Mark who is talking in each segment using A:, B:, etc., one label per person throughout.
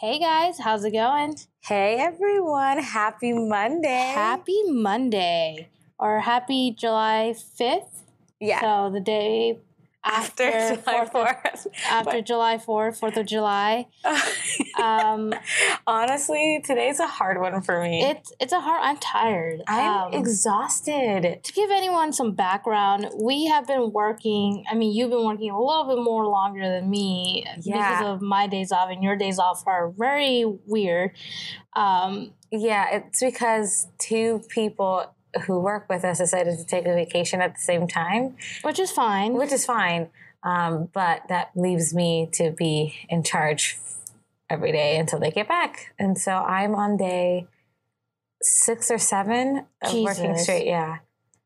A: Hey guys, how's it going?
B: Hey everyone, happy Monday.
A: Happy Monday or happy July 5th.
B: yeah.
A: So the day
B: after,
A: after,
B: July
A: 4th of-
B: 4th.
A: after July 4th, 4th of July. Um,
B: Honestly, today's a hard one for me.
A: it's it's a hard I'm tired. Um,
B: I'm exhausted.
A: to give anyone some background, we have been working. I mean, you've been working a little bit more longer than me because
B: Yeah.
A: of my days off, and your days off are very weird. Um,
B: Yeah, it's because two people who work with us decided to take a vacation at the same time,
A: which is fine.
B: which is fine. Um, but that leaves me to be in charge every day until they get back. And so I'm on day six or seven of working
A: Jesus.
B: straight. Yeah.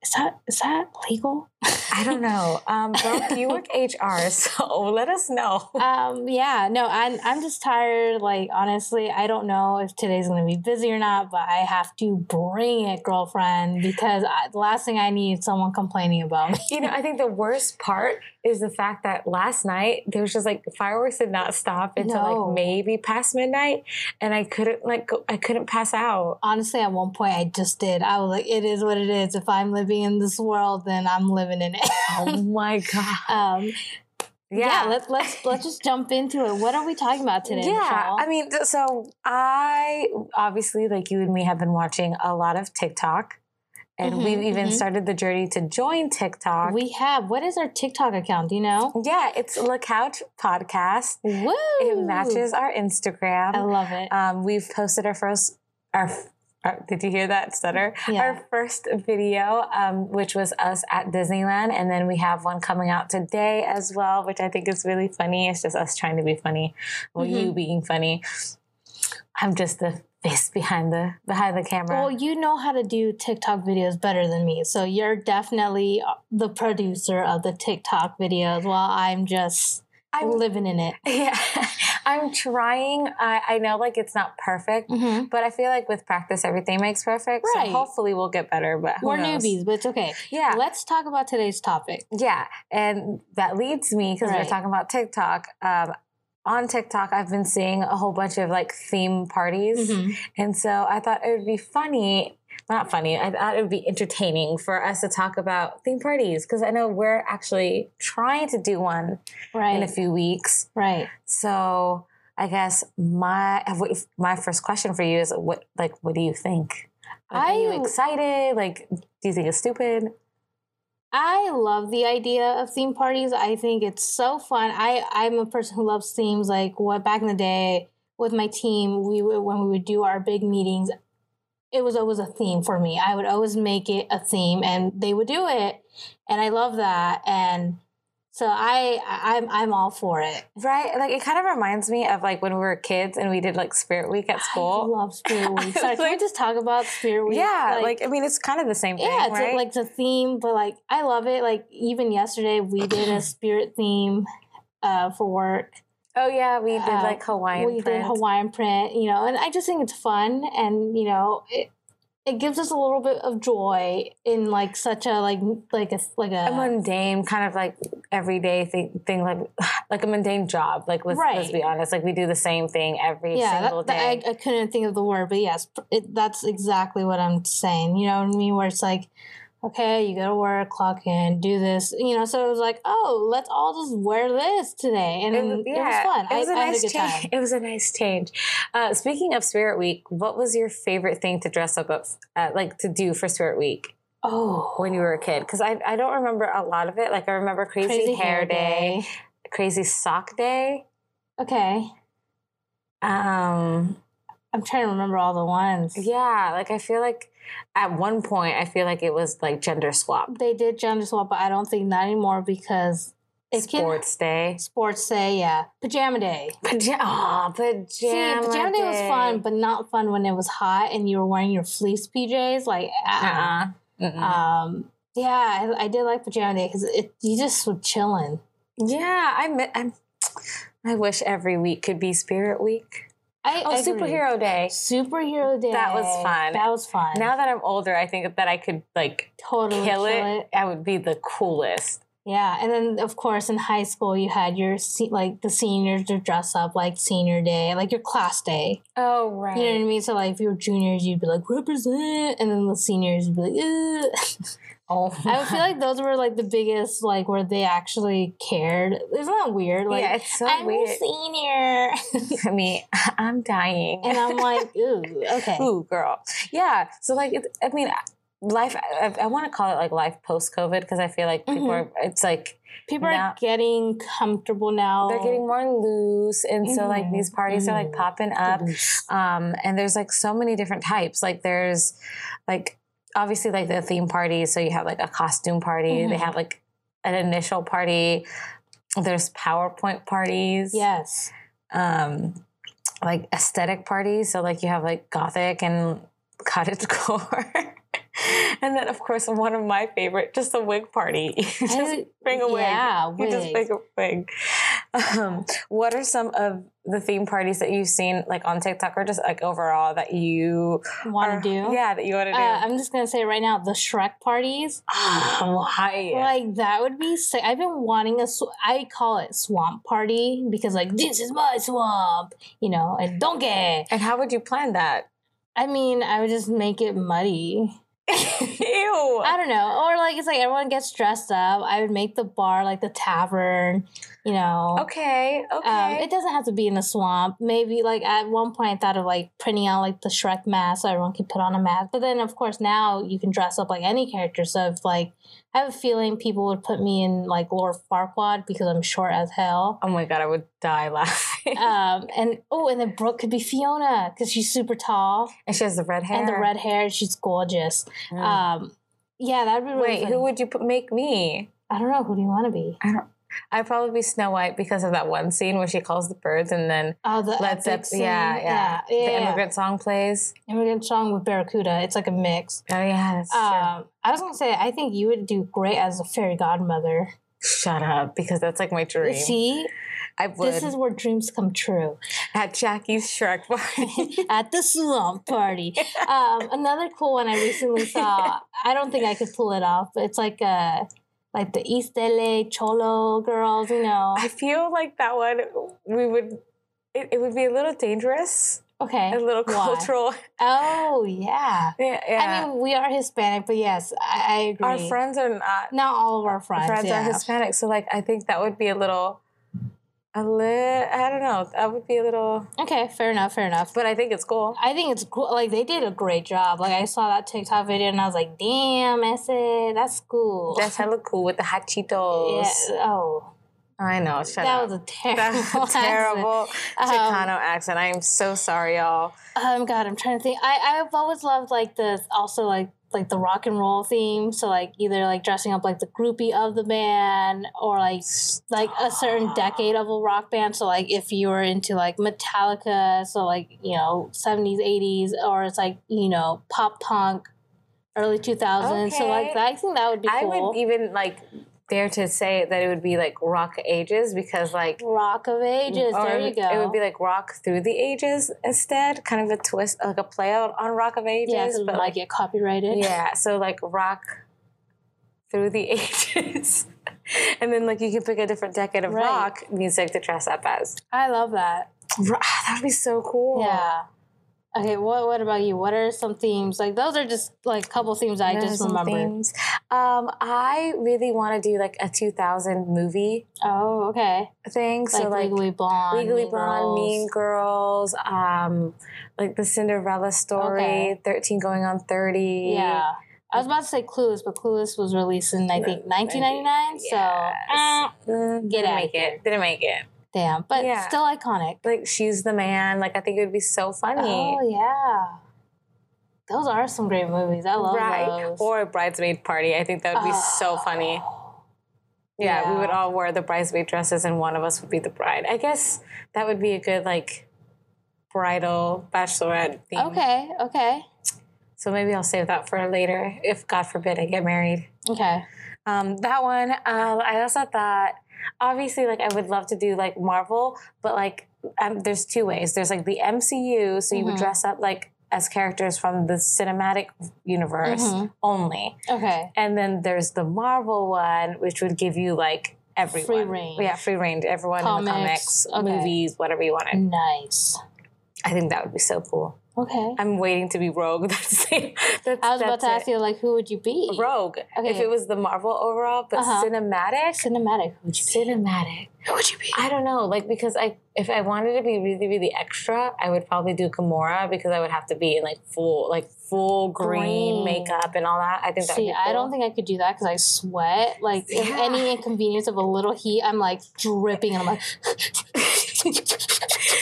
A: Is that is that legal?
B: I don't know. Um, Brooke, you work HR, so let us know.
A: um yeah no I'm, I'm just tired like honestly i don't know if today's gonna be busy or not but i have to bring it girlfriend because I, the last thing i need is someone complaining about me
B: You know, I think the worst part is the fact that last night there was just like fireworks did not stop until
A: No.
B: like maybe past midnight, and I couldn't like go, I couldn't pass out.
A: honestly at one point i just did i was like it is what it is if i'm living in this world then i'm living in it
B: Oh my god!
A: um yeah,
B: Yeah,
A: let's let's let's just jump into it what are we talking about today
B: yeah.
A: Michelle?
B: I mean, th- so I obviously like you and me have been watching a lot of TikTok, and
A: Mhm,
B: we've even
A: mhm.
B: started the journey to join TikTok.
A: we have what is our tiktok account do you know
B: yeah, it's La Couch Podcast.
A: Woo!
B: It matches our Instagram.
A: i love it
B: Um, we've posted our first our, f- our did you hear that stutter?
A: Yeah.
B: Our first video, um, which was us at Disneyland, and then we have one coming out today as well, which I think is really funny. It's just us trying to be funny, well,
A: Mm-hmm.
B: you being funny. I'm just the face behind the behind the camera.
A: Well, you know how to do TikTok videos better than me. So you're definitely uh, the producer of the TikTok videos while I'm just
B: I'm-
A: living in it.
B: yeah, I'm trying. I, I know like it's not perfect,
A: Mhm.
B: but I feel like with practice, everything makes perfect.
A: Right.
B: So hopefully, we'll get better. But who
A: We're
B: knows?
A: newbies, but it's okay.
B: Yeah.
A: Let's talk about today's topic.
B: Yeah, and that leads me because
A: Right.
B: we're talking about TikTok. Um, on TikTok, I've been seeing a whole bunch of like theme parties,
A: Mm-hmm.
B: and so I thought it would be funny. Not funny. I thought it would be entertaining for us to talk about theme parties because I know we're actually trying to do one in a
A: Right.
B: few weeks.
A: Right. So,
B: I guess my what- my first question for you is what like what do you think? Like, are
A: I-
B: you excited? Like, do you think it's stupid?
A: I love the idea of theme parties. I think it's so fun. I I'm a person who loves themes. Like what back in the day with my team, we would, when we would do our big meetings, it was always a theme for me. I would always make it a theme, and they would do it, and I love that. And so I I- I'm I'm all for it.
B: Right? Like it kind of reminds me of like when we were kids and we did like Spirit Week at
A: I
B: school.
A: love Spirit Week. Sorry, can we
B: Like-
A: just talk about Spirit Week?
B: yeah, like, I mean it's kind of the same thing,
A: yeah, it's
B: right?
A: a, like the theme, but like I love it. Like even yesterday, we did a spirit theme uh, for work.
B: oh yeah, we did
A: uh,
B: like Hawaiian
A: we did
B: print.
A: Hawaiian print, you know, and I just think it's fun, and you know, it it gives us a little bit of joy in like such a like like a like a
B: a mundane kind of like everyday thing, thing like like a mundane job. Like let's, let's
A: Right.
B: be honest, like we do the same thing every
A: yeah.
B: single
A: That, that-
B: day.
A: I, I couldn't think of the word, but yes, pr- it, that's exactly what I'm saying. You know what I mean? Where it's like. Okay, you go to work, clock in, do this, you know. So it was like, oh, let's all just wear this today, and
B: It
A: it,
B: was-
A: was
B: yeah,
A: fun.
B: It was
A: I,
B: a
A: I had a
B: nice
A: good time.
B: change. It was a nice change. Uh, speaking of Spirit Week, what was your favorite thing to dress up of, uh, like to do for Spirit Week?
A: Oh,
B: when you were a kid because I, I don't remember a lot of it like i remember crazy, hair, day, crazy sock day
A: Okay,
B: um
A: I'm trying to remember all the ones.
B: yeah like i feel like at one point i feel like it was like gender swap
A: They did gender swap, but I don't think not anymore because it
B: sports day
A: can sports day, yeah, pajama day.
B: Paja- oh, pajama
A: See, pajama day was fun, but not fun when it was hot and you were wearing your fleece PJs. Like, uh-uh.
B: uh-uh. Mm-mm.
A: um, yeah, I, I did like pajama day because it you just were chilling.
B: yeah i mi- I'm, i wish every week could be spirit week
A: I
B: oh
A: I agree.
B: superhero day
A: superhero day.
B: That was fun.
A: That was fun.
B: now that i'm older i think that i could like
A: totally kill
B: kill it i would be the coolest
A: Yeah, and then of course in high school you had your se- like the seniors to dress up like senior day, like your class day.
B: Oh right.
A: You know what I mean? So like if you were juniors, you'd be like represent, and then the seniors would be like. Ugh.
B: Oh.
A: I would feel like those were like the biggest like where they actually cared. Isn't that weird? Like
B: yeah, it's so
A: I'm
B: weird.
A: a senior,
B: I mean, I'm dying.
A: and I'm like, ooh, okay,
B: Ooh, girl. Yeah. So like, it, I mean, life. I, I want to call it like life post COVID because I feel like people
A: Mhm.
B: are. It's like
A: people
B: Now-
A: are getting comfortable now.
B: they're getting more loose, and so like
A: Mhm.
B: these parties are like
A: Mhm.
B: popping up. Um, and there's like so many different types. Like there's like obviously like the theme party. So you have like a costume party.
A: Mhm.
B: They have like an initial party. There's PowerPoint parties.
A: yes,
B: Um, like aesthetic parties. So like you have like gothic and cottagecore. and then of course one of my favorite, just the wig party. You just
A: I-
B: bring a wig.
A: yeah,
B: You just
A: wig.
B: pick a wig. Um, what are some of the theme parties that you've seen, like on TikTok or just like overall, that you
A: want
B: are-
A: to do.
B: Uh, Yeah, that you want to do.
A: Uh, I'm just gonna say right now, the Shrek parties,
B: Oh, hi.
A: like that would be sick. I've been wanting a, sw- I call it swamp party because like this is my swamp, you know, and don't get.
B: and how would you plan that?
A: I mean, I would just make it muddy.
B: Ew.
A: I don't know, or like it's like everyone gets dressed up. I would make the bar like the tavern, you know.
B: Okay. Okay.
A: Um, it doesn't have to be in a swamp. Maybe like at one point I thought of like printing out like the Shrek mask so everyone could put on a mask. But then of course now you can dress up like any character. So if like I have a feeling people would put me in like Lord Farquaad because I'm short as hell.
B: oh my god, I would die laughing.
A: Um, and oh, and then Brooke could be Fiona because she's super tall
B: and she has the red hair.
A: and the red hair. She's gorgeous.
B: Mm.
A: Um, yeah, that'd be really
B: Wait,
A: funny.
B: who would you put, make me?
A: I don't know. Who do you want to be?
B: I don't. I'd probably be Snow White because of that one scene where she calls the birds and then
A: Oh, the
B: Led
A: epic
B: Zeppelin.
A: scene.
B: Yeah, yeah.
A: yeah, yeah,
B: the
A: yeah.
B: immigrant song plays.
A: Immigrant song with Barracuda. It's like a mix.
B: Oh yeah, that's true.
A: Um, I was gonna say, I think you would do great as a fairy godmother.
B: Shut up, because that's like my dream.
A: See,
B: I would
A: this is where dreams come true
B: at Jackie's Shrek party.
A: at the slump party. Um, another cool one I recently saw. I don't think I could pull it off. But it's like uh like the East LA Cholo girls, you know.
B: I feel like that one we would. It, it would be a little dangerous,
A: Okay.
B: a little
A: Why?
B: cultural.
A: Oh yeah.
B: Yeah, yeah.
A: I mean, we are Hispanic, but yes, I, I agree.
B: our friends are not
A: not all of our friends.
B: friends
A: yeah.
B: are Hispanic, so like I think that would be a little, a little. I don't know. That would be a little,
A: Okay, fair enough, fair enough.
B: but I think it's cool.
A: I think it's cool. Like they did a great job. Like I saw that TikTok video and I was like, "Damn, I said that's cool."
B: That's hella cool with the hot Cheetos.
A: yeah. Oh,
B: I know. Shut
A: that
B: up.
A: was a terrible.
B: that was a
A: accent.
B: terrible
A: Um,
B: Chicano accent. I am so sorry, y'all.
A: Um, God, I'm trying to think. I I've always loved like the also like like the rock and roll theme. So like either like dressing up like the groupie of the band or like like a certain decade of a rock band. So like if you were into like Metallica, so like you know seventies, eighties, or it's like you know pop punk, early two thousands. So like
B: Okay.
A: that, I think that would be
B: I
A: cool.
B: would even like dare to say that it would be like rock ages because like
A: rock of ages.
B: or
A: there you go.
B: It would be like rock through the ages instead, kind of a twist, like a play out on Rock of Ages.
A: yeah, because we
B: but
A: might
B: like
A: get copyrighted.
B: yeah, so like rock through the ages, and then like you can pick a different decade of
A: Right.
B: rock music to dress up as.
A: I love that.
B: Ro- That'd ah, be so cool.
A: Yeah. Okay, what what about you? What are some themes? Like those are just like a couple themes I
B: There's
A: just
B: some
A: remembered.
B: themes. Um, I really want to do like a 2000 movie
A: Oh, okay.
B: thing.
A: Like,
B: so like
A: Legally Blonde.
B: Legally
A: Mean
B: Blonde,
A: Girls.
B: Mean Girls, um, like the Cinderella story,
A: Okay.
B: 13 going on 30.
A: Yeah. I was about to say Clueless, but Clueless was released in I think 1999, so eh,
B: Yes. Mm,
A: Get
B: didn't
A: outta
B: make
A: here.
B: it. Didn't make it.
A: damn, but
B: Yeah.
A: still iconic.
B: Like she's the man. Like I think it would be so funny.
A: Oh yeah, those are some great movies. I love those.
B: Or a bridesmaid party. I think that would be so funny. Yeah, we
A: Ah. Yeah.
B: would all wear the bridesmaid dresses and one of us would be the bride. I guess that would be a good like bridal bachelorette theme.
A: okay, okay,
B: So maybe I'll save that for later if God forbid I get married.
A: okay.
B: Um, that one, uh, I also thought, obviously, like I would love to do like
A: Mm-hmm.
B: Marvel, but like um, there's two ways. There's like the MCU, so you would dress up like a as characters from the cinematic universe
A: Mhm.
B: only.
A: Okay.
B: And then there's the Marvel one, which would give you like everyone.
A: range.
B: Yeah, free range. Everyone in the
A: Comics,
B: comics,
A: okay. Mm.
B: movies, whatever you wanted.
A: Nice.
B: I think that would be so cool.
A: Okay.
B: I'm waiting to be Rogue. That's, that's
A: I was about
B: that's
A: to ask
B: it.
A: you, like, who would you be?
B: Rogue. If
A: Okay.
B: it was the Marvel overall, but
A: Uh-huh.
B: cinematic.
A: Cinematic. Who would you be?
B: Cinematic.
A: Who would you be?
B: I don't know, like because I if I wanted to be really really extra, I would probably do Gamora because I would have to be in like full like full
A: Green.
B: green, makeup and all that. I think that. would
A: See,
B: be
A: I don't
B: cool.
A: think I could do that because I sweat. Like, if
B: Yeah.
A: any inconvenience of a little heat, I'm like dripping and I'm like,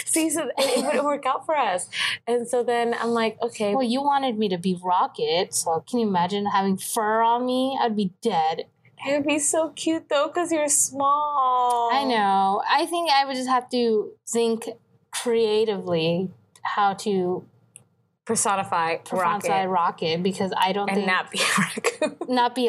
B: See, so it, it wouldn't work out for us, and so then I'm like, okay,
A: well, you wanted me to be Rocket, so can you imagine having fur on me? I'd be dead.
B: it would be so cute though because you're small.
A: I know. I think I would just have to think creatively how to
B: Personify,
A: personify
B: rocket,
A: Rocket because I don't
B: and
A: think not,
B: not be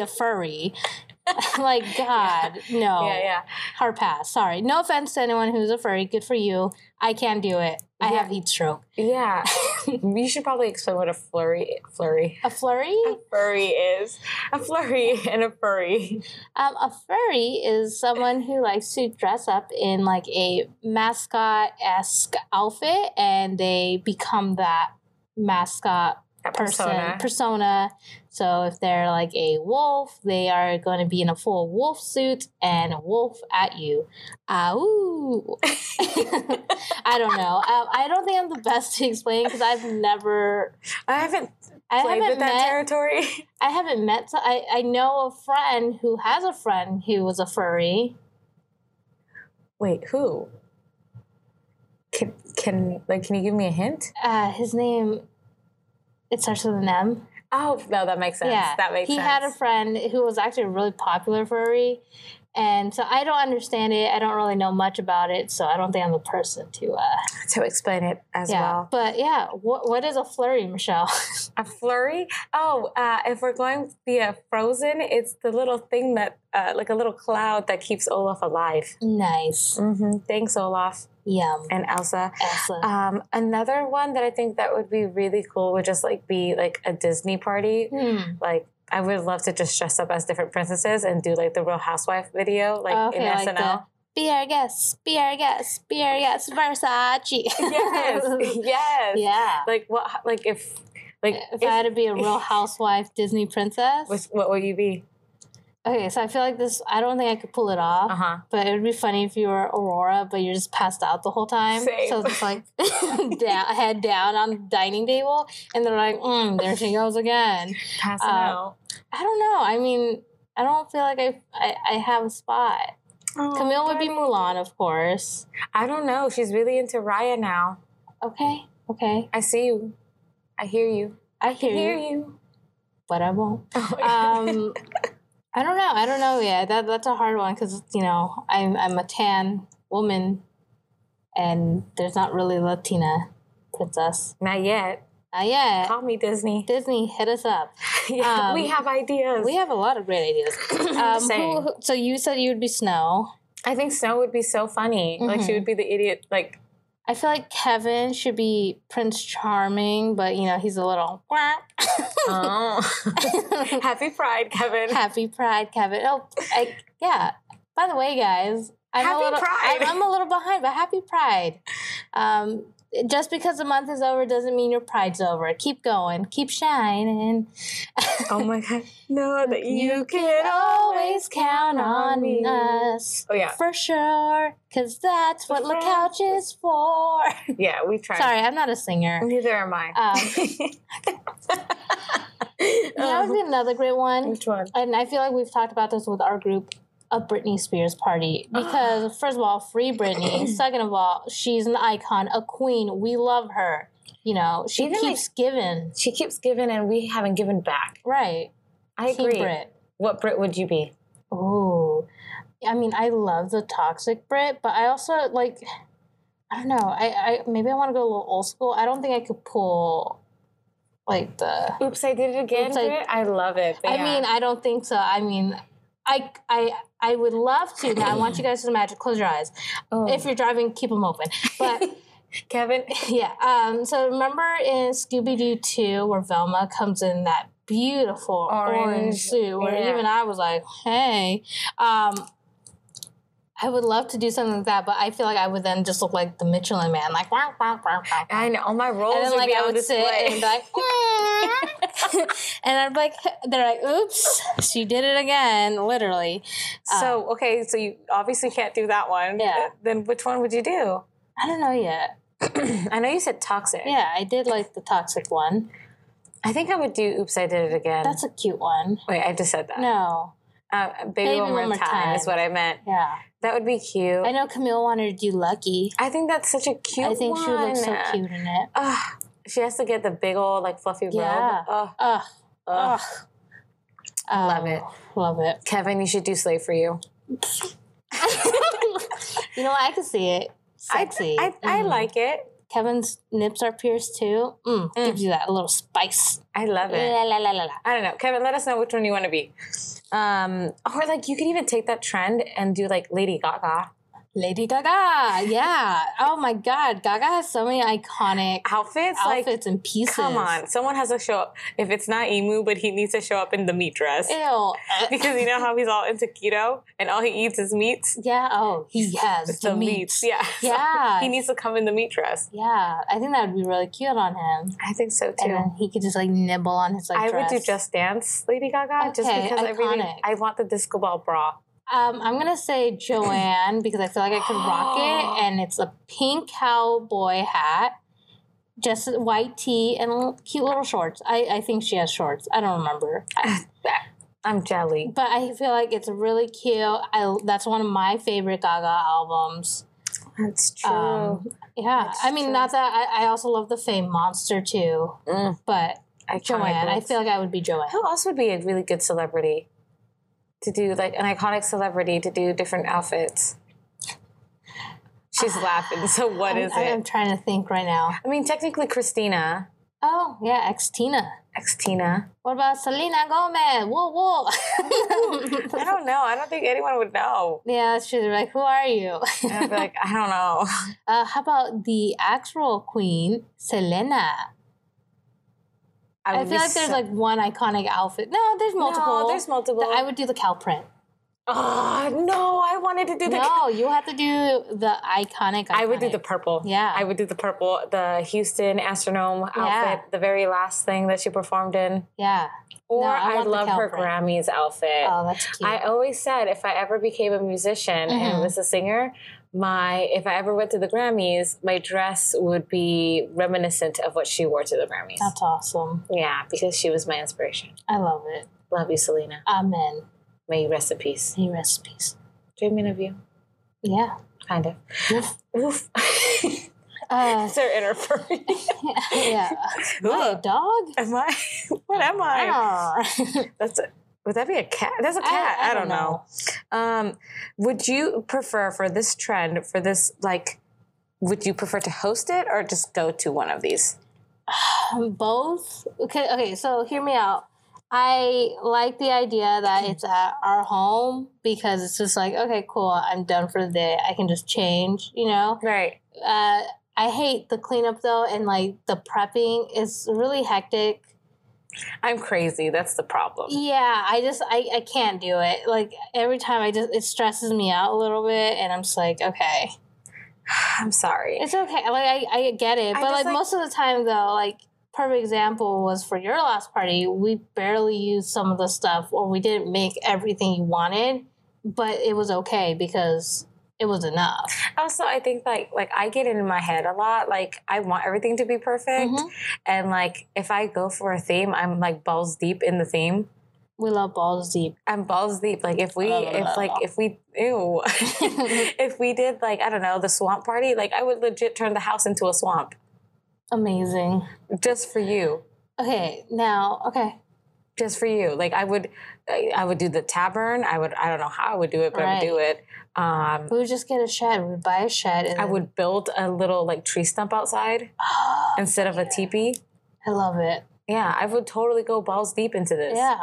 A: be
B: a raccoon.
A: a furry. like God, no,
B: Yeah, yeah.
A: hard pass. Sorry, no offense to anyone who's a furry. Good for you. I can't do it. I
B: Yeah.
A: have heat stroke.
B: Yeah, you should probably explain what a flurry, flurry,
A: A flurry?
B: furry is. A flurry and a furry.
A: Um, a furry is someone who likes to dress up in like a mascot esque outfit and they become that mascot
B: That
A: person persona. So if they're like a wolf, they are going to be in a full wolf suit and wolf at you. Ow! I don't know. Um, I don't think I'm the best to explain because I've never,
B: I haven't
A: I
B: played
A: haven't
B: with that
A: met
B: territory.
A: I haven't met. So I I know a friend who has a friend who was a furry.
B: Wait, who? Can can like can you give me a hint?
A: Uh, his name. It starts with an M.
B: Oh no, that makes sense. that makes
A: he
B: sense.
A: had a friend who was actually a really popular furry, and so I don't understand it. I don't really know much about it, so I don't think I'm the person to. Uh,
B: to explain it as
A: yeah,
B: well.
A: but yeah, what what is a flurry, Michelle?
B: A flurry. Oh, uh, if we're going via frozen, it's the little thing that uh, like a little cloud that keeps Olaf alive.
A: nice,
B: hmm Thanks, Olaf
A: yum,
B: and Elsa.
A: Elsa.
B: Um, another one that I think that would be really cool would just like be like a Disney party.
A: Hmm.
B: Like I would love to just dress up as different princesses and do like the Real Housewife video, like in
A: Oh, Okay, like
B: SNL.
A: the- Be our guest. Be our guest. Be our guest. Versace.
B: yes, yes.
A: yeah.
B: Like what? Like if like
A: if I had to be a real housewife Disney princess.
B: with, what would you be?
A: Okay, so I feel like this, I don't think I could pull it off,
B: Uh huh.
A: but it would be funny if you were Aurora, but you're just passed out the whole time.
B: Same.
A: So it's like down, head down on the dining table, and they're like, mm, there she goes again.
B: Passing
A: Uh,
B: out.
A: I don't know. I mean, I don't feel like I, I, I have a spot.
B: Oh,
A: Camille would be Mulan, of course.
B: I don't know. She's really into Raya now.
A: Okay, okay.
B: I see you. I hear you.
A: I hear,
B: Hear
A: you,
B: you.
A: but I won't. um i don't know i don't know yeah that that's a hard one because you know i'm i'm a tan woman and there's not really latina princess
B: Not yet.
A: uh, yeah
B: Call me Disney.
A: disney hit us up
B: Yeah,
A: um,
B: we have ideas.
A: we have a lot of great ideas um, who-
B: saying.
A: who- so you said you'd be snow
B: I think Snow would be so funny. Like she
A: Mhm.
B: would be the idiot. Like
A: i feel like kevin should be prince charming but you know he's a little
B: oh, happy Pride, Kevin.
A: Happy Pride, Kevin. Oh, I, yeah. By the way, guys, I'm
B: Happy
A: a little,
B: Pride.
A: I'm, I'm a little behind, but Happy Pride. Um, just because the month is over doesn't mean your pride's over. Keep going, keep shining.
B: oh my God. No, that you,
A: You
B: can always.
A: Always count on
B: me.
A: us.
B: Oh yeah,
A: For sure, because that's what La Couch is for.
B: yeah. We tried.
A: Sorry, I'm not a singer.
B: Neither am I.
A: You know, that would be another great one.
B: Um, Which one?
A: and I feel like we've talked about this with our group, a Britney Spears party. Because first of all, free Britney. Second of all, she's an icon, a queen. We love her. You know, she
B: Even,
A: keeps giving.
B: She keeps giving and we haven't given back.
A: Right.
B: I
A: Team
B: agree.
A: Brit.
B: What Brit would you be?
A: Ooh. Oh, I mean, I love the toxic Brit, but I also like I don't know. I, I maybe I want to go a little old school. I don't think I could pull like the
B: Oops, I did it again.
A: Oops, I-
B: Brit. I love it. but
A: I
B: yeah.
A: mean, I don't think so. I mean, I I I would love to. Now I want you guys to imagine. Close your eyes.
B: Oh.
A: If you're driving, keep them open. But
B: Kevin.
A: yeah. Um, so remember in Scooby Doo 2 where Velma comes in that beautiful
B: Orange,
A: orange, suit where
B: yeah.
A: even I was like, hey. Um, I would love to do something like that, but I feel like I would then just look like the Michelin man, like, wah, wah, wah, wah.
B: I know all my roles
A: and then
B: would
A: like
B: be
A: I
B: on
A: would sit
B: display.
A: and be like, and I'm like, they're like, oops, she did it again, literally.
B: so okay, so you obviously can't do that one.
A: Yeah.
B: Then which one would you do?
A: I don't know yet.
B: I know you said toxic.
A: Yeah, I did like the toxic one.
B: I think I would do. Oops, I did it again.
A: That's a cute one.
B: Wait, I just said that.
A: No,
B: Uh, baby, one more, time, is what I meant.
A: yeah,
B: That would be cute.
A: I
B: I,
A: know Camille wanted to do Lucky.
B: think that's such a cute.
A: I think she would look so
B: one.
A: cute in it.
B: Ugh, she has to get the big old like fluffy
A: Yeah.
B: robe. Ugh,
A: Ugh,
B: ugh.
A: ugh, Um,
B: Love it.
A: love it.
B: Kevin, you should do slave for you.
A: you know, what? I can see it. Sexy.
B: I, I, I
A: Mm.
B: like it.
A: Kevin's nips are pierced too. Mm,
B: Mm.
A: Gives you that little spice.
B: I love it.
A: La la la la la.
B: I don't know, Kevin. Let us know which one you want to be. Um, or like you could even take that trend and do like Lady Gaga
A: Lady Gaga. Yeah. Oh my God. Gaga has so many iconic
B: outfits.
A: outfits
B: Like,
A: and pieces.
B: come on, someone has to show up. If it's not Emu, but he needs to show up in the meat dress
A: Ew.
B: because you know how he's all into keto and all he eats is meats.
A: yeah. Oh, he has the, meats.
B: Yeah, So
A: Yeah.
B: he needs to come in the meat dress.
A: Yeah. I think that would be really cute on him.
B: I think so
A: And then he could just like nibble on his like
B: I
A: dress.
B: would do Just Dance, Lady Gaga, just
A: Okay,
B: because I really
A: iconic.
B: I want the disco ball bra.
A: Um, I'm gonna say Joanne because I feel like I could rock it, and it's a pink cowboy hat, just a white tee, and l- cute little shorts. I, I think she has shorts. I don't remember, I-
B: I'm jelly.
A: but I feel like it's really cute. I that's one of my favorite Gaga albums.
B: That's true.
A: Um, yeah,
B: That's
A: I mean,
B: true.
A: not that I, I also love the Fame Monster too,
B: Mm,
A: but
B: iconic
A: Joanne, I
B: looks.
A: feel like I would be Joanne.
B: Who else would be a really good celebrity to do like an iconic celebrity to do different outfits? She's laughing. So what
A: I'm,
B: is
A: I'm
B: it?
A: trying to think right now.
B: I mean, technically Christina,
A: Oh yeah, ex Tina.
B: ex Tina.
A: What about Selena Gomez? Whoa,
B: I
A: whoa.
B: don't know. I don't think anyone would know.
A: yeah, she's like, who are you?
B: And I'd be like, I don't know.
A: Uh, how about the actual queen, Selena? I,
B: would be
A: feel like there's
B: so-
A: like one iconic outfit. No, there's multiple.
B: No, there's multiple.
A: Th- I would do the cow print.
B: Oh no! I wanted to do the.
A: No, you have to do the iconic.
B: I would do
A: iconic.
B: the purple.
A: Yeah.
B: I would do the purple, the Houston Astronome outfit, the very last thing that she performed in.
A: yeah.
B: Or
A: No, I
B: I,
A: want the
B: love her
A: Calvert.
B: Grammys outfit.
A: Oh, that's cute.
B: I always said if I ever became a musician and
A: Mhm.
B: was a singer, my if I ever went to the Grammys, my dress would be reminiscent of what she wore to the Grammys.
A: that's awesome.
B: Yeah, because she was my inspiration.
A: I love it.
B: Love you, Selena.
A: Amen.
B: May you rest in peace.
A: Any recipes?
B: Dreaming of you,
A: Yeah.
B: kind of.
A: Oof.
B: Oof.
A: Uh,
B: Sir Interfering.
A: yeah. What, a dog?
B: Am I? What am I?
A: Arr.
B: That's a, would that be a cat? That's a cat. I, don't, know. Um, would you prefer for this trend for this like? Would you prefer to host it or just go to one of these?
A: Um, both. Okay, okay, so hear me out. I like the idea that it's at our home because it's just like, okay, cool, I'm done for the day. I can just change, you know?
B: Right.
A: Uh, I hate the cleanup though, and like the prepping is really hectic.
B: I'm crazy. That's the problem.
A: Yeah, I just, I, I can't do it. Like every time I just, it stresses me out a little bit, and I'm just like, okay.
B: I'm sorry.
A: It's okay. Like I, I get it,
B: I
A: but
B: just,
A: like,
B: like-
A: most of the time though, like perfect example was for your last party. We barely used some of the stuff, or we didn't make everything you wanted, but it was okay because it was enough.
B: Also, I think like like I get in my head a lot. Like I want everything to be perfect,
A: Mhm.
B: and like if I go for a theme, I'm like balls deep in the theme.
A: We love balls deep.
B: I'm balls deep. Like if we
A: Blah, blah,
B: if
A: blah,
B: like
A: blah.
B: if we ew if we did like I don't know the swamp party, like I would legit turn the house into a swamp
A: Amazing.
B: just for you.
A: Okay, now okay,
B: just for you. Like I would, I I would do the tavern. I would. I don't know how I would do it, but I would do it. Um,
A: we would just get a shed. We'd buy a shed, and
B: I
A: then-
B: would build a little like tree stump outside instead of a teepee.
A: I love it.
B: Yeah, I would totally go balls deep into this.
A: Yeah,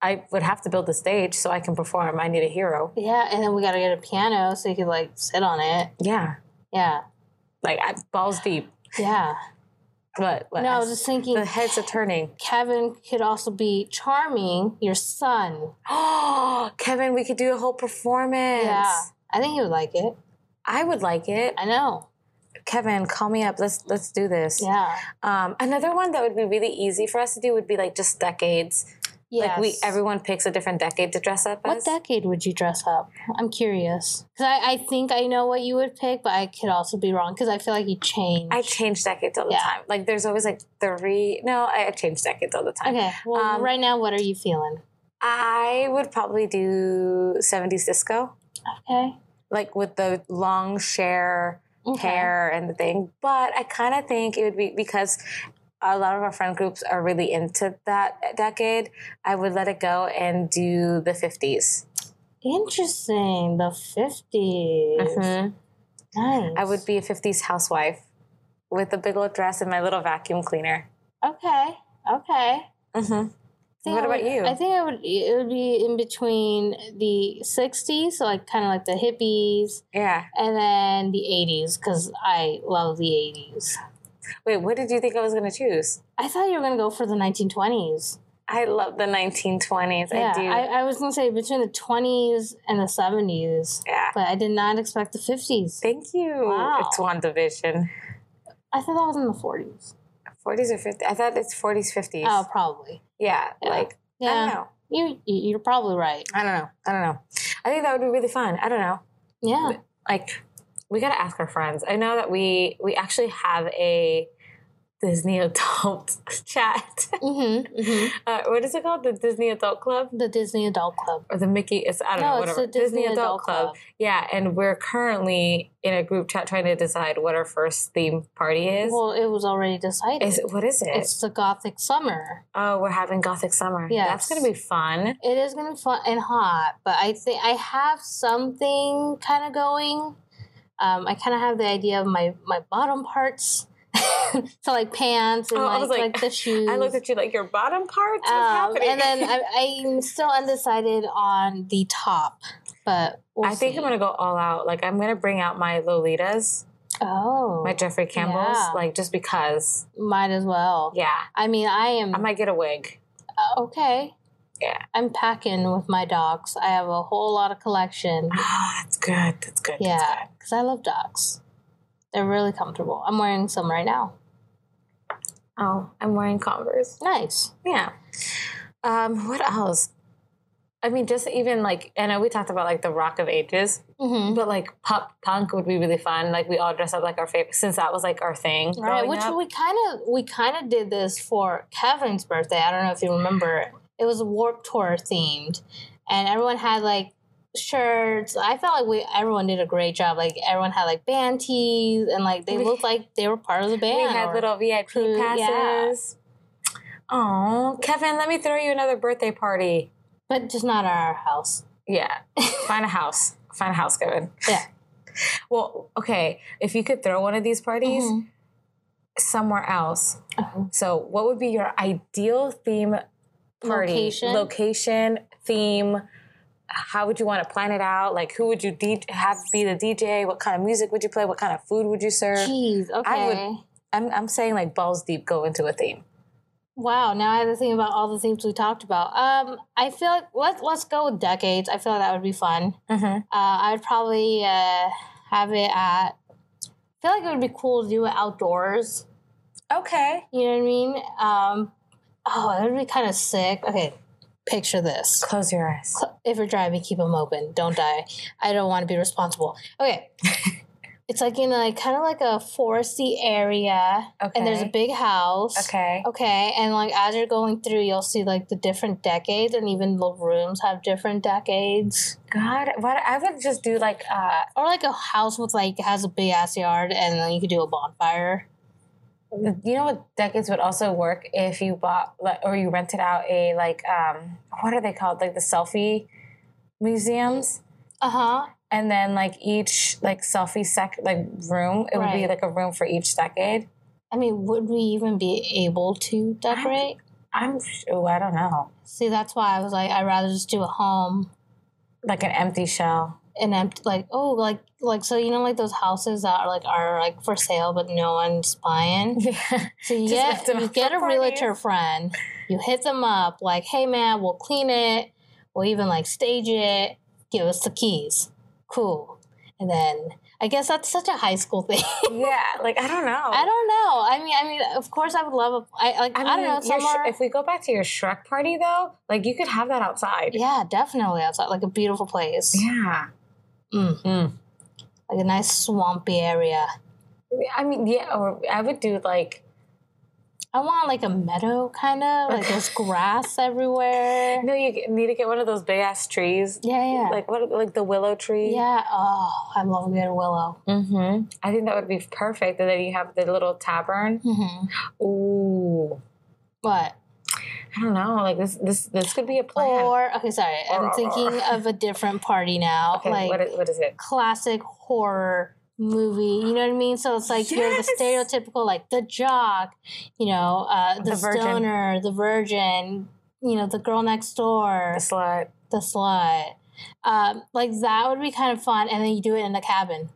B: I would have to build a stage so I can perform. I need a hero.
A: yeah, and then we gotta get a piano so you could like sit on it.
B: Yeah.
A: Yeah.
B: like I, balls deep.
A: Yeah.
B: But, but
A: No, I
B: I-
A: was just thinking
B: the heads are turning.
A: Kevin could also be charming, your son.
B: Oh, Kevin, we could do a whole performance.
A: Yeah. I think he would like it.
B: I would like it.
A: I know.
B: Kevin, call me up. Let's let's do this.
A: Yeah.
B: Um, another one that would be really easy for us to do would be like just decades.
A: Yes.
B: Like we everyone picks a different decade to dress up
A: What
B: as.
A: decade would you dress up? I'm curious. Because I, I think I know what you would pick, but I could also be wrong because I feel like you changed.
B: I change decades all the
A: Yeah.
B: time. Like there's always like three. No, I I change decades all the time.
A: okay. Well,
B: Um,
A: right now, what are you feeling?
B: I would probably do 70s disco,
A: Okay.
B: like with the long share
A: Okay.
B: hair and the thing. But I kind of think it would be because a lot of our friend groups are really into that decade. I would let it go and do the 50s.
A: Interesting. The 50s. Mm-hmm. Nice.
B: Mm-hmm. I would be a 50s housewife with a big old dress and my little vacuum cleaner.
A: Okay. Okay.
B: Mm-hmm.
A: think I
B: What about
A: would-
B: you?
A: I think I would. It would be in between the '60s, so like kind of like the hippies,
B: Yeah.
A: and then the '80s because I love the '80s.
B: Wait, what did you think I was going to choose?
A: I thought you were gonna go for the 1920s.
B: I love the 1920s.
A: yeah,
B: I do.
A: I, I was gonna say between the 20s and the 70s,
B: yeah.
A: but I did not expect the 50s.
B: Thank you.
A: Wow.
B: It's one division.
A: I thought that was in the 40s.
B: 40s or 50s? I thought it's 40s, 50s.
A: Oh, probably.
B: yeah,
A: yeah.
B: Like, I don't
A: Yeah,
B: know.
A: you you- you're probably right.
B: I don't know. I don't know. I think that would be really fun. I don't know.
A: Yeah.
B: Like, we got to ask our friends. I know that we we actually have a Disney adult chat.
A: Mm-hmm, hmm
B: Uh, what is it called? The Disney Adult Club?
A: The Disney Adult Club.
B: Or the Mickey, it's, I don't know,
A: No, it's
B: whatever.
A: the Disney, Adult, Club.
B: Yeah, and we're currently in a group chat trying to decide what our first theme party is.
A: Well, it was already decided.
B: is it, what is it?
A: It's the Gothic summer.
B: Oh, we're having Gothic Summer. Yeah,
A: Yes.
B: That's going to be fun.
A: It is gonna be fun and hot, but I think I have something kind of going. Um, I kind of have the idea of my my bottom parts, so like pants and
B: Oh, I
A: like,
B: was
A: like,
B: like-
A: the shoes.
B: I looked at you like your bottom parts What's
A: um,
B: happening.
A: and then I, I'm still undecided on the top, but we'll
B: I think
A: see.
B: I'm gonna go all out. Like I'm gonna bring out my Lolitas,
A: oh
B: my Jeffrey Campbells,
A: yeah.
B: like just because.
A: might as well.
B: Yeah,
A: I mean, I am
B: I might get a wig.
A: uh, okay.
B: Yeah.
A: I'm packing with my dogs. I have a whole lot of collection.
B: Oh, that's good. That's good.
A: Yeah, because I love dogs. They're really comfortable. I'm wearing some right now.
B: Oh, I'm wearing Converse.
A: Nice.
B: Yeah. Um, what else? I mean, just even like I know we talked about like the Rock of Ages,
A: Mm-hmm.
B: but like pop punk would be really fun. Like we all dress up like our favorite since that was like our thing.
A: Right,
B: growing
A: which
B: up.
A: we kind of we kind of did this for Kevin's birthday. I don't know if you remember. It was Warp Tour themed, and everyone had like shirts. I felt like we everyone did a great job. Like everyone had like band tees, and like they
B: We-
A: looked like they were part of the band.
B: we had
A: or-
B: little VIP
A: crew, yeah.
B: passes. Oh, Kevin, let me throw you another birthday party.
A: but just not at our house.
B: Yeah, find a house. Find a house, Kevin.
A: Yeah.
B: Well, okay. If you could throw one of these parties
A: Mhm.
B: somewhere else,
A: Uh-huh.
B: so what would be your ideal theme party?
A: Location?
B: Location, theme. How would you want to plan it out? Like, who would you de- have be the DJ? What kind of music would you play? What kind of food would you serve?
A: Jeez. Okay.
B: would- I'm, I'm saying like balls deep go into a theme.
A: Wow, now I have to think about all the themes we talked about. Um, I feel like let let's go with decades. I feel like that would be fun.
B: Mm-hmm.
A: Uh, I would probably uh, have it at. I feel like it would be cool to do it outdoors.
B: Okay.
A: You know what I mean? Um, oh, it would be kind of sick. Okay, picture this.
B: Close your eyes.
A: If you're driving, keep them open. Don't die. I don't want to be responsible. Okay. it's like in a kind of like a foresty area,
B: Okay.
A: and there's a big house.
B: Okay.
A: Okay, and like as you're going through, you'll see like the different decades, and even the rooms have different decades.
B: God, why do- I would just do like uh
A: Or like a house with like has a big ass yard, and then you could do a bonfire.
B: you know what decades would also work if you bought like or you rented out a like um what are they called like the selfie museums
A: Uh huh.
B: and then like each like selfie sec like room it would be
A: Right.
B: like a room for each decade.
A: I mean, would we even be able to decorate?
B: I'm oh I don't know
A: See, that's why I was like, I'd rather just do a home.
B: like an empty shell.
A: an empty like oh like like so you know like those houses that are like are like for sale but no one's buying.
B: Yeah.
A: So you
B: Just
A: get
B: lift them
A: you
B: up
A: get a
B: for
A: realtor
B: parties.
A: friend, you hit them up like, hey man, we'll clean it, we'll even like stage it, give us the keys, cool. And then I guess that's such a high school thing.
B: yeah. Like I don't know.
A: I don't know. I mean, I mean, of course, I would love a. I like. I, don't know.
B: your Sh-
A: Somewhere.
B: if we go back to your Shrek party though, like you could have that outside.
A: yeah, definitely outside, like a beautiful place,
B: Yeah.
A: Mm.
B: Mm.
A: like a nice swampy area.
B: I mean, yeah, or I would do like
A: I want like a meadow, kind of like there's grass everywhere.
B: no, you g- need to get one of those big ass trees,
A: Yeah, yeah,
B: like what, like the willow tree.
A: yeah. Oh, I love a good willow.
B: Mm-hmm. I think that would be perfect. And then you have the little tavern.
A: hmm
B: Ooh,
A: But
B: I don't know. Like this, this, this could be a plan.
A: or okay, sorry,
B: Or-
A: I'm
B: or-
A: thinking
B: or.
A: of a different party now.
B: okay,
A: like
B: what, is, what is it?
A: classic horror movie. You know what I mean? So it's like you're the
B: Yes.
A: stereotypical, like the jock, you know, uh, the,
B: The virgin.
A: stoner, the virgin, you know, the girl next door,
B: A
A: the,
B: slut.
A: slut. Um, like that would be kind of fun, and then you do it in a cabin.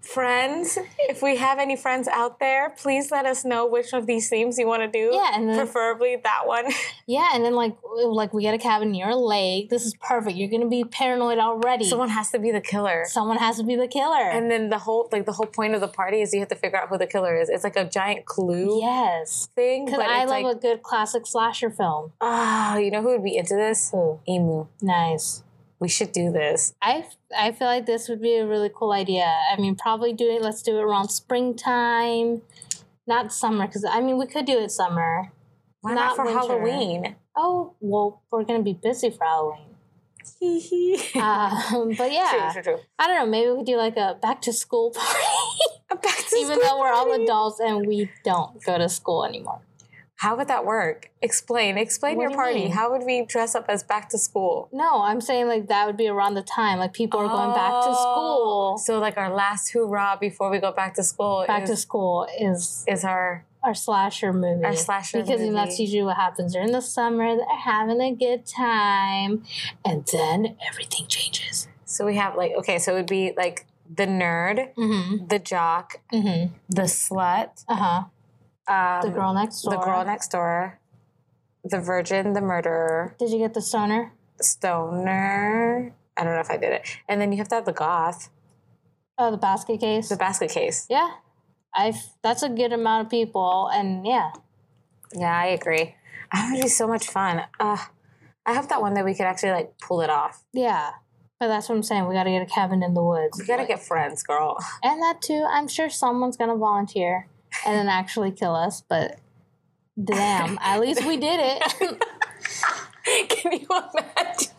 B: Friends, if we have any friends out there, please let us know which of these themes you want to do.
A: Yeah, and then-
B: preferably that one.
A: Yeah, and then like like we get a cabin near a lake. This is perfect. You're gonna be paranoid already.
B: Someone has to be the killer.
A: Someone has to be the killer.
B: And then the whole like the whole point of the party is you have to figure out who the killer is. It's like a giant clue
A: yes,
B: thing.
A: because
B: But
A: I
B: it's
A: love
B: like,
A: a good classic slasher film.
B: ah, you know who would be into this?
A: Ooh,
B: Emu.
A: nice.
B: We should do this.
A: I, I feel like this would be a really cool idea. I mean, probably do it. Let's do it around springtime, not summer, because I mean we could do it summer.
B: Why
A: Not
B: not, for
A: winter.
B: Halloween?
A: Oh well, we're gonna be busy for Halloween. Um, but yeah,
B: True, true, true.
A: I don't know. Maybe we could do like a back to school party,
B: A Back to
A: even
B: school
A: though we're all
B: party.
A: adults and we don't go to school anymore.
B: How would that work? Explain. Explain
A: What
B: your
A: do you
B: party.
A: mean?
B: How would we dress up as back to school?
A: No, I'm saying like that would be around the time like people are going back to
B: Oh,
A: school.
B: So like our last hoorah before we go back to school
A: Back to
B: is,
A: school is
B: is our
A: our slasher movie.
B: Our slasher
A: because
B: movie.
A: that's usually what happens during the summer. They're having a good time, and then everything changes.
B: so we have like okay, so it would be like the nerd,
A: Mm-hmm.
B: the jock,
A: Mm-hmm.
B: the slut,
A: Uh huh.
B: um,
A: The girl next door.
B: the girl next door, the virgin, the murderer,
A: Did you get the stoner?
B: stoner. I don't know if I did it. And then you have to have the goth,
A: Oh, the basket case.
B: the basket case.
A: yeah, I've. That's a good amount of people, and yeah,
B: Yeah, I agree. That would be so much fun. Uh, I hope that one day we could actually like pull it off.
A: yeah. But that's what I'm saying. We got to get a cabin in the woods.
B: We gotta get friends, girl.
A: and that too. I'm sure someone's gonna volunteer and then actually kill us. But damn, at least we did it.
B: Can you imagine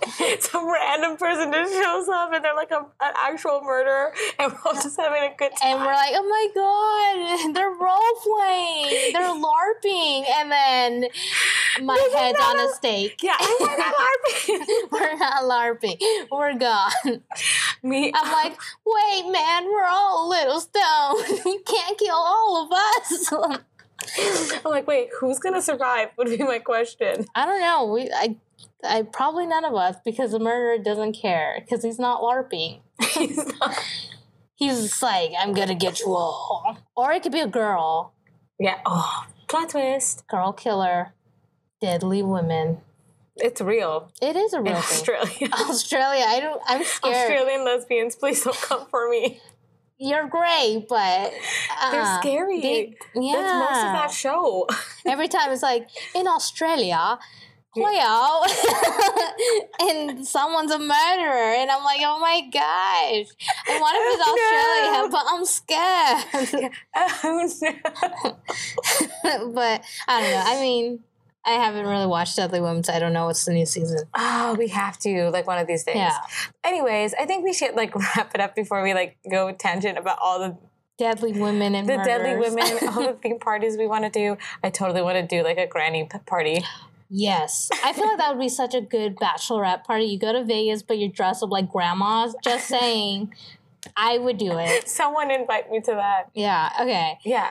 B: some random person just shows up and they're like a, an actual murderer and we're all just having a good time?
A: And we're like, oh my god, they're role playing, they're LARPing, and then my head's on a stake.
B: yeah, oh my God, LARPing.
A: We're not LARPing, we're gone.
B: Me,
A: I'm like, wait, man, we're all a little stoned. You can't kill all of us.
B: I'm like, wait, who's gonna survive? Would be my question.
A: I don't know. We, I, I probably none of us because the murderer doesn't care because he's not LARPing.
B: He's not-
A: He's just like, I'm gonna get you all. Or it could be a girl,
B: yeah. Oh, plot twist.
A: girl killer, deadly women.
B: It's real.
A: It is a
B: In
A: real thing.
B: Australia.
A: Australia, I don't. I'm scared.
B: Australian lesbians, please don't come for me.
A: You're great, but uh,
B: They're scary.
A: they- yeah.
B: That's most of that show.
A: Every time it's like in Australia, Cleo, and someone's a murderer, and I'm like, oh my gosh, I want to visit
B: No.
A: Australia, but I'm scared.
B: oh no.
A: but I don't know. I mean, I haven't really watched Deadly Women, so I don't know what's the new season.
B: Oh, we have to like one of these days.
A: Yeah,
B: Anyways, I think we should like wrap it up before we like go tangent about all the
A: Deadly Women and
B: the deadly
A: murders.
B: women, all the theme parties we want to do. I totally want to do like a granny p- party.
A: Yes. I feel like that would be such a good bachelorette party. You go to Vegas, but you're dressed up like grandmas. Just saying, I would do it.
B: Someone invite me to that.
A: Yeah. Okay.
B: Yeah.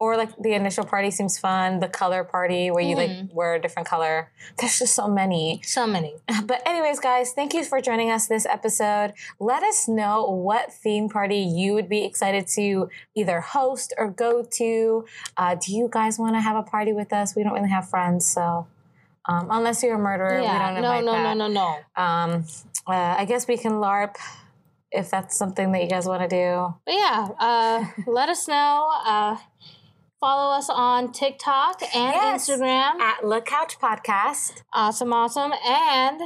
B: or like the initial party seems fun. The color party where you like
A: Hmm.
B: wear a different color. There's just so many.
A: So many.
B: But anyways, guys, thank you for joining us this episode. Let us know what theme party you would be excited to either host or go to. Uh, do you guys want to have a party with us? We don't really have friends, so um, unless you're a murderer, we
A: yeah.
B: don't
A: No,
B: invite
A: no,
B: that.
A: no, no, no.
B: Um, uh, I guess we can LARP if that's something that you guys want to do.
A: But yeah, uh, let us know. Uh, follow us on TikTok and
B: Yes.
A: Instagram.
B: At La Couch Podcast.
A: Awesome, awesome. And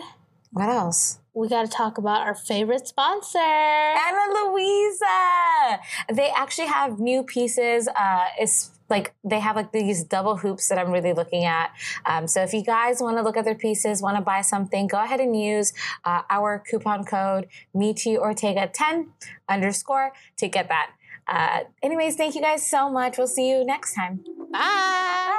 B: What else?
A: we got to talk about our favorite sponsor.
B: Ana Luisa. They actually have new pieces. Uh, it's like they have like these double hoops that I'm really looking at. Um, so if you guys want to look at their pieces, want to buy something, go ahead and use uh, our coupon code Michi Ortega 10 underscore to get that. Uh, anyways, thank you guys so much. We'll see you next time.
A: Bye.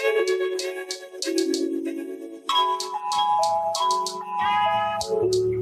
C: Thank you.